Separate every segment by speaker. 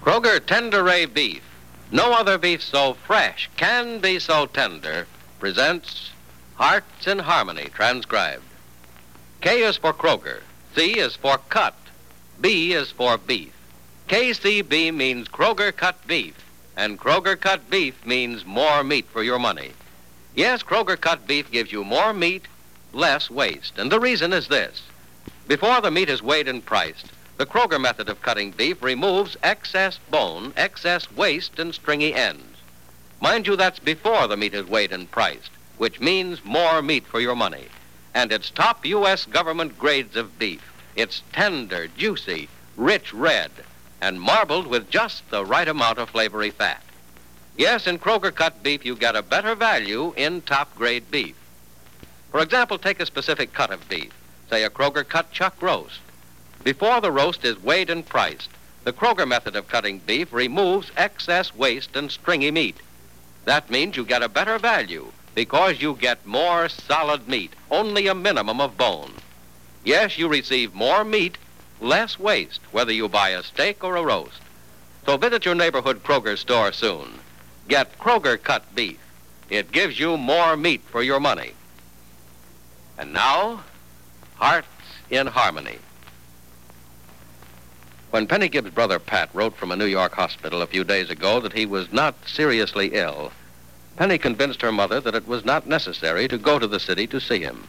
Speaker 1: Kroger Tender Ray Beef. No other beef so fresh can be so tender. Presents Hearts in Harmony, transcribed. K is for Kroger. C is for cut. B is for beef. KCB means Kroger cut beef. And Kroger cut beef means more meat for your money. Yes, Kroger cut beef gives you more meat, less waste. And the reason is this. Before the meat is weighed and priced, the Kroger method of cutting beef removes excess bone, excess waste, and stringy ends. Mind you, that's before the meat is weighed and priced, which means more meat for your money. And it's top U.S. government grades of beef. It's tender, juicy, rich red, and marbled with just the right amount of flavory fat. Yes, in Kroger cut beef, you get a better value in top grade beef. For example, take a specific cut of beef, say a Kroger cut chuck roast. Before the roast is weighed and priced, the Kroger method of cutting beef removes excess waste and stringy meat. That means you get a better value because you get more solid meat, only a minimum of bone. Yes, you receive more meat, less waste, whether you buy a steak or a roast. So visit your neighborhood Kroger store soon. Get Kroger cut beef. It gives you more meat for your money. And now, Hearts in Harmony. When Penny Gibbs' brother Pat wrote from a New York hospital a few days ago that he was not seriously ill, Penny convinced her mother that it was not necessary to go to the city to see him.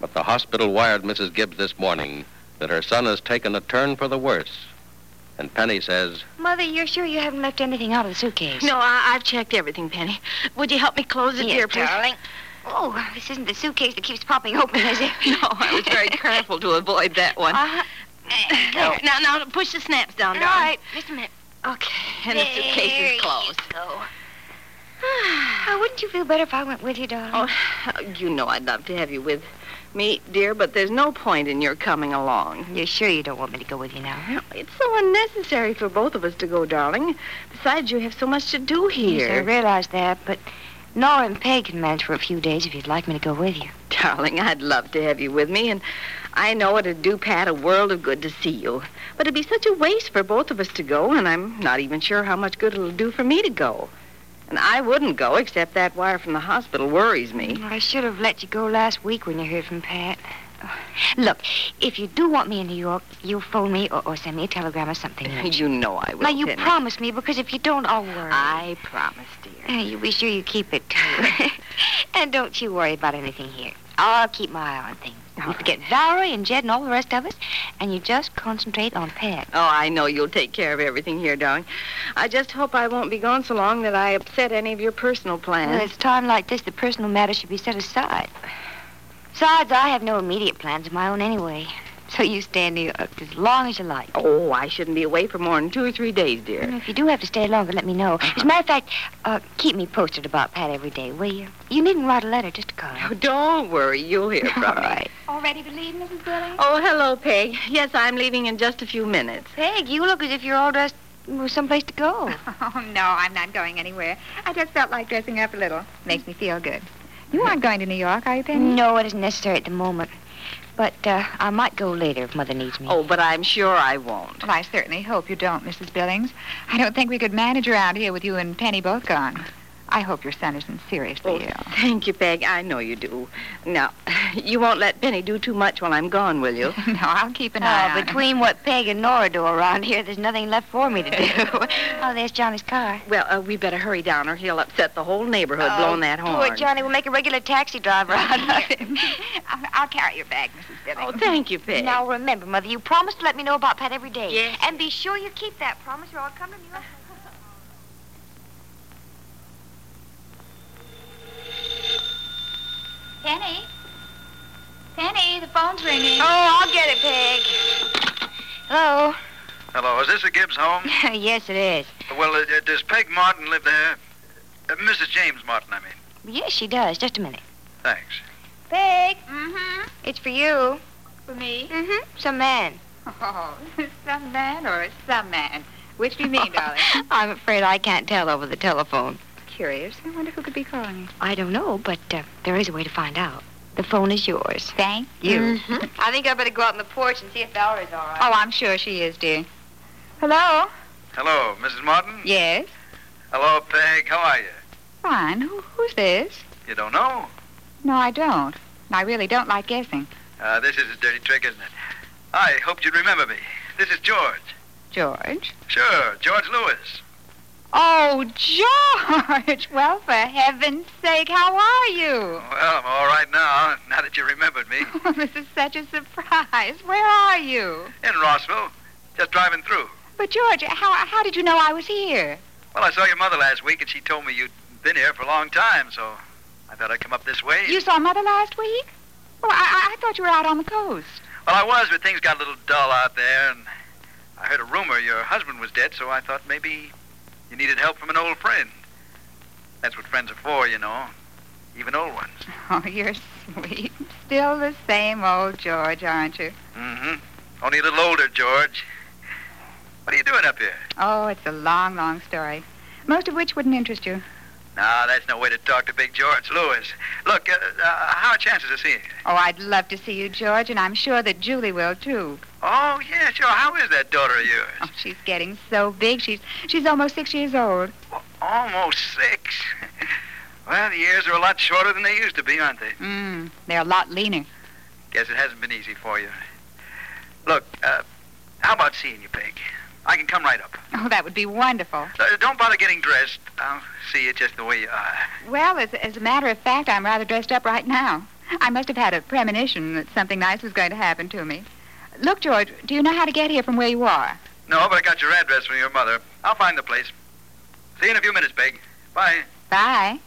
Speaker 1: But the hospital wired Mrs. Gibbs this morning that her son has taken a turn for the worse. And Penny says,
Speaker 2: Mother, you're sure you haven't left anything out of the suitcase?
Speaker 3: No, I, I've checked everything, Penny. Would you help me close it,
Speaker 2: yes,
Speaker 3: dear, please?
Speaker 2: darling. Oh, this isn't the suitcase that keeps popping open, is it?
Speaker 3: No, I was very careful to avoid that one.
Speaker 2: Uh-huh.
Speaker 3: There.
Speaker 2: There.
Speaker 3: Now, now, push the snaps down,
Speaker 2: All
Speaker 3: darling.
Speaker 2: right, just a minute. Okay.
Speaker 3: And the suitcase is
Speaker 2: There you
Speaker 3: closed.
Speaker 2: Go. Ah, wouldn't you feel better if I went with you, darling?
Speaker 3: Oh, you know I'd love to have you with me, dear, but there's no point in your coming along.
Speaker 2: You're sure you don't want me to go with you now?
Speaker 3: It's so unnecessary for both of us to go, darling. Besides, you have so much to do here.
Speaker 2: Yes, I realize that, but Nora and Peg can manage for a few days if you'd like me to go with you.
Speaker 3: Darling, I'd love to have you with me, and I know it'd do Pat a world of good to see you. But it'd be such a waste for both of us to go, and I'm not even sure how much good it'll do for me to go. And I wouldn't go, except that wire from the hospital worries me.
Speaker 2: I should have let you go last week when you heard from Pat. Look, if you do want me in New York, you phone me or, or send me a telegram or something.
Speaker 3: You know I will.
Speaker 2: now, you
Speaker 3: Penny.
Speaker 2: promise me, because if you don't, I'll worry.
Speaker 3: I promise, dear.
Speaker 2: Uh, you be sure you keep it, too. and don't you worry about anything here. I'll keep my eye on things. You forget Valerie and Jed and all the rest of us, and you just concentrate on Pat.
Speaker 3: Oh, I know you'll take care of everything here, darling. I just hope I won't be gone so long that I upset any of your personal
Speaker 2: Well,
Speaker 3: plans.
Speaker 2: it's time like this, the personal matter should be set aside. Besides, I have no immediate plans of my own anyway. So you stay in New York as long as you like.
Speaker 3: Oh, I shouldn't be away for more than two or three days, dear.
Speaker 2: And If you do have to stay longer, let me know. As a matter of fact, uh, keep me posted about Pat every day, will you? You needn't write a letter, just a call.
Speaker 3: Oh, don't worry. You'll hear from
Speaker 2: All
Speaker 3: me.
Speaker 2: right. All ready to leave, Mrs. Billy?
Speaker 3: Oh, hello, Peg. Yes, I'm leaving in just a few minutes.
Speaker 2: Peg, you look as if you're all dressed for someplace to go.
Speaker 4: Oh, no, I'm not going anywhere. I just felt like dressing up a little. Makes me feel good. You aren't going to New York, are you, Penny?
Speaker 2: no, it isn't necessary at the moment. But uh, I might go later if Mother needs me.
Speaker 3: Oh, but I'm sure I won't.
Speaker 4: Well, Mm, I certainly hope you don't, Mrs. Billings. I don't think we could manage around here with you and Penny both gone. I hope your son isn't seriously
Speaker 3: Oh,
Speaker 4: ill.
Speaker 3: thank you, Peg. I know you do. Now, you won't let Benny do too much while I'm gone, will you?
Speaker 4: No, I'll keep an eye
Speaker 2: Oh,
Speaker 4: on him.
Speaker 2: between what Peg and Nora do around here, there's nothing left for me to do. oh, there's Johnny's car.
Speaker 3: Well, uh, we better hurry down, or he'll upset the whole neighborhood blowing that horn.
Speaker 2: Oh, Poor Johnny will make a regular taxi driver out of him.
Speaker 4: I'll, I'll carry your bag, Mrs. Dillon.
Speaker 3: Oh, thank you, Peg.
Speaker 2: Now remember, Mother, you promised to let me know about Pat every day.
Speaker 3: Yes.
Speaker 2: And be sure you keep that promise, or I'll come to New York.
Speaker 4: Penny? Penny, the phone's ringing.
Speaker 2: Oh, I'll get it, Peg. Hello.
Speaker 5: Hello, is this a Gibbs home?
Speaker 2: yes, it is.
Speaker 5: Well, uh, uh, does Peg Martin live there? Uh, Mrs. James Martin, I mean.
Speaker 2: Yes, she does. Just a minute.
Speaker 5: Thanks.
Speaker 2: Peg,
Speaker 4: Mm-hmm.
Speaker 2: it's for you.
Speaker 4: For me?
Speaker 2: Mm-hmm. Some man.
Speaker 4: Oh, some man or some man? Which do you mean, darling?
Speaker 2: I'm afraid I can't tell over the telephone.
Speaker 4: Curious. I wonder who could be calling you.
Speaker 2: I don't know, but uh, there is a way to find out. The phone is yours.
Speaker 4: Thank Mm-hmm.
Speaker 2: I think I better go out on the porch and see if Valerie's all right.
Speaker 4: Oh, I'm sure she is, dear. Hello?
Speaker 5: Hello, Mrs. Martin?
Speaker 4: Yes?
Speaker 5: Hello, Peg. How are you?
Speaker 4: Fine. Who, who's this?
Speaker 5: You don't know?
Speaker 4: No, I don't. I really don't like guessing.
Speaker 5: Uh, this is a dirty trick, isn't it? I hoped you'd remember me. This is George.
Speaker 4: George?
Speaker 5: Sure, George Lewis.
Speaker 4: Oh, George! Well, for heaven's sake, how are you? Oh,
Speaker 5: Well, I'm all right now, now that you remembered me.
Speaker 4: this is such a surprise. Where are you?
Speaker 5: In Rossville. Just driving through.
Speaker 4: But, George, how, how did you know I was here?
Speaker 5: Well, I saw your mother last week, and she told me you'd been here for a long time, so I thought I'd come up this way.
Speaker 4: You saw Mother last week? Oh, I, I thought you were out on the coast.
Speaker 5: Well, I was, but things got a little dull out there, and I heard a rumor your husband was dead, so I thought maybe you needed help from an old friend. That's what friends are for, you know, even old ones.
Speaker 4: Oh, you're sweet. Still the same old George, aren't you?
Speaker 5: Mm-hmm. Only a little older, George. What are you doing up here?
Speaker 4: Oh, it's a long, long story, most of which wouldn't interest you.
Speaker 5: No, that's no way to talk to big George Lewis. Look, uh, uh, how are chances of seeing you?
Speaker 4: Oh, I'd love to see you, George, and I'm sure that Julie will too.
Speaker 5: Oh, yeah, sure. How is that daughter of yours?
Speaker 4: Oh, she's getting so big. She's she's almost six years old.
Speaker 5: Almost six. Well, the years are a lot shorter than they used to be, aren't they?
Speaker 4: Mm, they're a lot leaner.
Speaker 5: Guess it hasn't been easy for you. Look, uh, how about seeing you, Peg? I can come right up.
Speaker 4: Oh, that would be wonderful.
Speaker 5: Uh, don't bother getting dressed. I'll see you just the way you are.
Speaker 4: Well, as as a matter of fact, I'm rather dressed up right now. I must have had a premonition that something nice was going to happen to me. Look, George, do you know how to get here from where you are?
Speaker 5: No, but I got your address from your mother. I'll find the place. See you in a few minutes, Peg. Bye.
Speaker 4: Bye.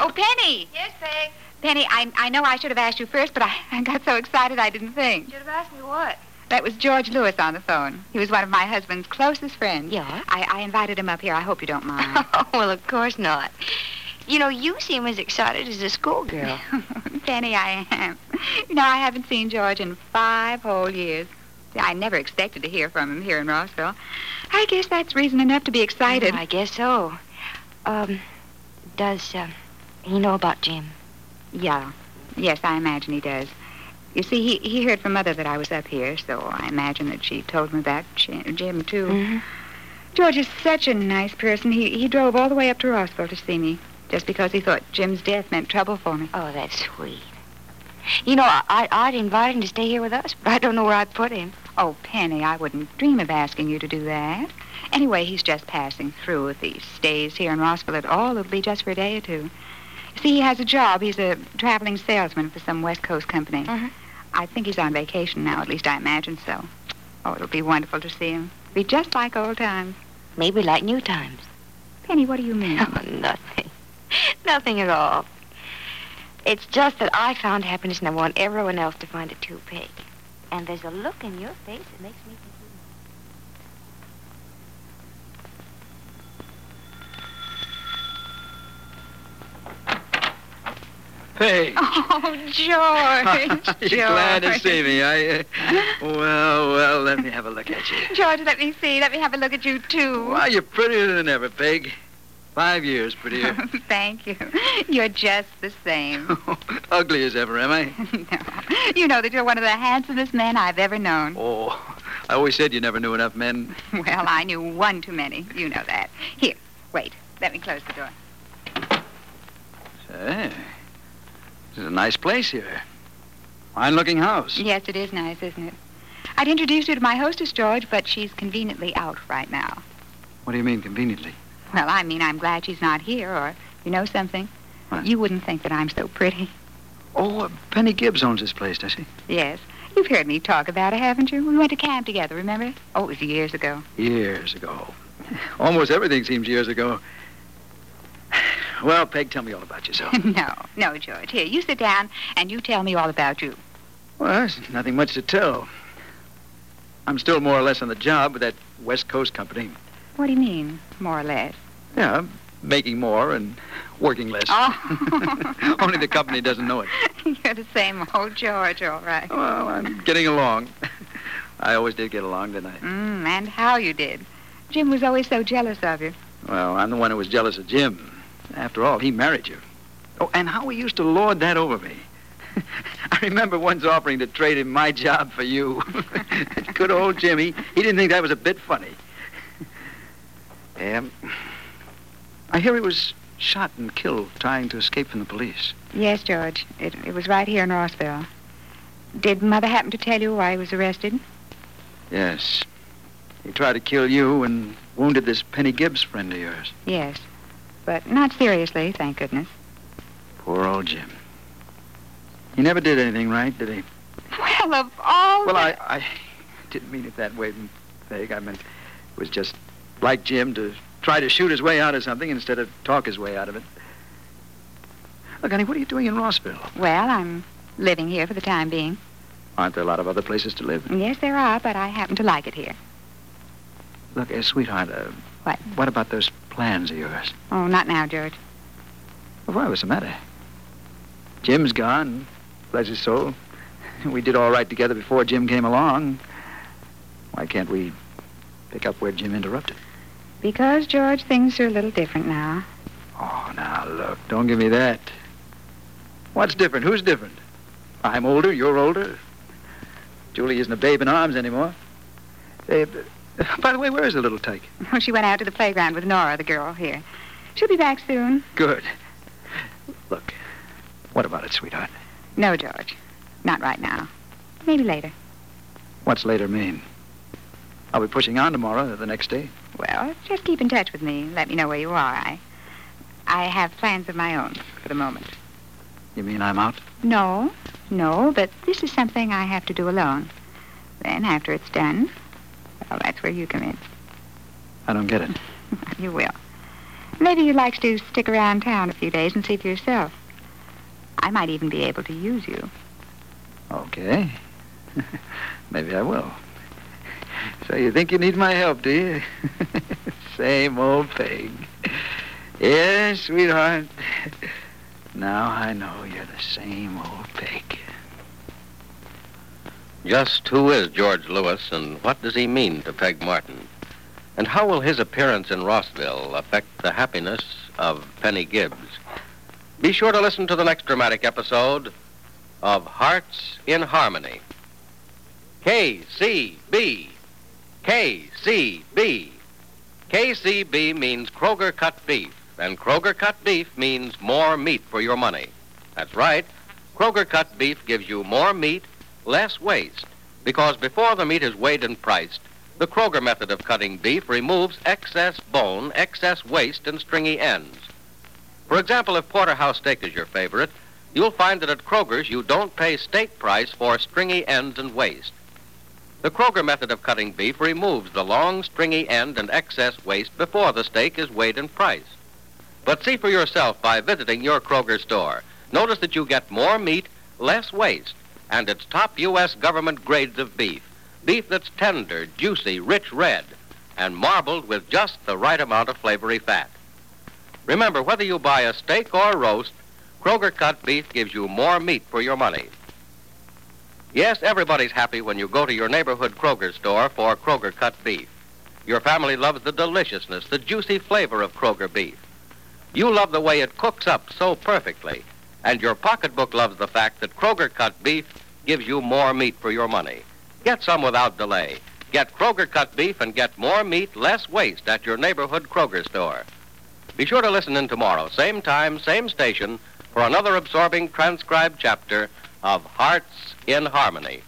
Speaker 4: Oh, Penny. Yes, Peg. Penny, I, I know I should have asked you first, but I, I got so excited I didn't think.
Speaker 2: should have asked me what.
Speaker 4: That was George Lewis on the phone. He was one of my husband's closest friends.
Speaker 2: Yeah?
Speaker 4: I, I invited him up here. I hope you don't mind.
Speaker 2: Oh, well, of course not. You know, you seem as excited as a schoolgirl.
Speaker 4: Penny, I am. You know, I haven't seen George in five whole years. I never expected to hear from him here in Rossville. I guess that's reason enough to be excited.
Speaker 2: I guess so. Um, does uh, he know about Jim?
Speaker 4: Yeah. Yes, I imagine he does. You see, he, he heard from Mother that I was up here, so I imagine that she told him about Jim, Jim too.
Speaker 2: Mhm.
Speaker 4: George is such a nice person. He, he drove all the way up to Rossville to see me just because he thought Jim's death meant trouble for me.
Speaker 2: Oh, that's sweet. You know, I, I, I'd invite him to stay here with us, but I don't know where I'd put him.
Speaker 4: Oh, Penny, I wouldn't dream of asking you to do that. Anyway, he's just passing through. If he stays here in Rossville at all, it'll be just for a day or two. You See, he has a job. He's a traveling salesman for some West Coast company.
Speaker 2: Mhm.
Speaker 4: I think he's on vacation now, at least I imagine so. Oh, it'll be wonderful to see him. Be just like old times.
Speaker 2: Maybe like new times.
Speaker 4: Penny, what do you mean?
Speaker 2: Oh, nothing. nothing at all. It's just that I found happiness and I want everyone else to find it too, Peg. And there's a look in your face that makes me think. you-
Speaker 5: Peg.
Speaker 4: Oh, George. George.
Speaker 5: You're glad to see me, are you? uh, Well, well, let me have a look at you.
Speaker 4: George, let me see. Let me have a look at you, too.
Speaker 5: Why, you're prettier than ever, Peg. Five years prettier.
Speaker 4: Thank you. You're just the same.
Speaker 5: Ugly as ever, am I?
Speaker 4: no. You know that you're one of the handsomest men I've ever known.
Speaker 5: Oh, I always said you never knew enough men.
Speaker 4: Well, I knew one too many. You know that. Here, wait. Let me close the door.
Speaker 5: Hey, this is a nice place here. Fine looking house.
Speaker 4: Yes, it is nice, isn't it? I'd introduce you to my hostess, George, but she's conveniently out right now.
Speaker 5: What do you mean, conveniently?
Speaker 4: Well, I mean, I'm glad she's not here, or you know something?
Speaker 5: What?
Speaker 4: You wouldn't think that I'm so pretty.
Speaker 5: Oh, uh, Penny Gibbs owns this place, does she?
Speaker 4: Yes. You've heard me talk about her, haven't you? We went to camp together, remember? Oh, it was years ago.
Speaker 5: Years ago. Almost everything seems years ago. Well, Peg, tell me all about yourself.
Speaker 4: no, no, George. Here, you sit down and you tell me all about you.
Speaker 5: well, there's nothing much to tell. I'm still more or less on the job with that West Coast company.
Speaker 4: What do you mean, more or less?
Speaker 5: Yeah, making more and working less.
Speaker 4: Oh.
Speaker 5: Only the company doesn't know it.
Speaker 4: You're the same old George, all right.
Speaker 5: Well, I'm getting along. I always did get along, didn't I?
Speaker 4: Mm, and how you did. Jim was always so jealous of you.
Speaker 5: Well, I'm the one who was jealous of Jim. After all, he married you. Oh, and how he used to lord that over me. I remember once offering to trade him my job for you. Good old Jimmy. He didn't think that was a bit funny. Um, I hear he was shot and killed trying to escape from the police.
Speaker 4: Yes, George. It, it was right here in Rossville. Did Mother happen to tell you why he was arrested?
Speaker 5: Yes. He tried to kill you and wounded this Penny Gibbs friend of yours.
Speaker 4: Yes. But not seriously, thank goodness.
Speaker 5: Poor old Jim. He never did anything right, did he?
Speaker 4: Well, of all
Speaker 5: Well,
Speaker 4: the-
Speaker 5: I, I didn't mean it that way, Peg. I meant it was just like Jim to try to shoot his way out of something instead of talk his way out of it. Look, honey, what are you doing in Rossville?
Speaker 4: Well, I'm living here for the time being.
Speaker 5: Aren't there a lot of other places to live?
Speaker 4: Yes, there are, but I happen to like it here.
Speaker 5: Look, uh, sweetheart, uh,
Speaker 4: What?
Speaker 5: what about those plans of yours?
Speaker 4: Oh, not now, George.
Speaker 5: Well, why, what's the matter? Jim's gone, bless his soul. We did all right together before Jim came along. Why can't we pick up where Jim interrupted?
Speaker 4: Because, George, things are a little different now.
Speaker 5: Oh, now look, don't give me that. What's different? Who's different? I'm older, you're older. Julie isn't a babe in arms anymore. Eh, b- by the way, where is the little tyke?
Speaker 4: Well, she went out to the playground with Nora, the girl here. She'll be back soon.
Speaker 5: Good. Look, what about it, sweetheart?
Speaker 4: No, George. Not right now. Maybe later.
Speaker 5: What's later mean? I'll be pushing on tomorrow, the next day.
Speaker 4: Well, just keep in touch with me. Let me know where you are. I, I have plans of my own for the moment.
Speaker 5: You mean I'm out?
Speaker 4: No, no, but this is something I have to do alone. Then, after it's done, well, that's where you come in.
Speaker 5: I don't get it.
Speaker 4: You will. Maybe you'd like to stick around town a few days and see for yourself. I might even be able to use you.
Speaker 5: Okay. Maybe I will. So you think you need my help, do you? Same old pig. Yes, sweetheart. Now I know you're the same old pig.
Speaker 1: Just who is George Lewis and what does he mean to Peg Martin? And how will his appearance in Rossville affect the happiness of Penny Gibbs? Be sure to listen to the next dramatic episode of Hearts in Harmony. KCB. KCB. KCB means Kroger cut beef, and Kroger cut beef means more meat for your money. That's right. Kroger cut beef gives you more meat less waste because before the meat is weighed and priced, the Kroger method of cutting beef removes excess bone, excess waste, and stringy ends. For example, if porterhouse steak is your favorite, you'll find that at Kroger's you don't pay steak price for stringy ends and waste. The Kroger method of cutting beef removes the long, stringy end and excess waste before the steak is weighed and priced. But see for yourself by visiting your Kroger store. Notice that you get more meat, less waste and its top U.S. government grades of beef. Beef that's tender, juicy, rich red, and marbled with just the right amount of flavory fat. Remember, whether you buy a steak or roast, Kroger cut beef gives you more meat for your money. Yes, everybody's happy when you go to your neighborhood Kroger store for Kroger cut beef. Your family loves the deliciousness, the juicy flavor of Kroger beef. You love the way it cooks up so perfectly and your pocketbook loves the fact that Kroger cut beef gives you more meat for your money. Get some without delay. Get Kroger cut beef and get more meat, less waste at your neighborhood Kroger store. Be sure to listen in tomorrow, same time, same station, for another absorbing transcribed chapter of Hearts in Harmony.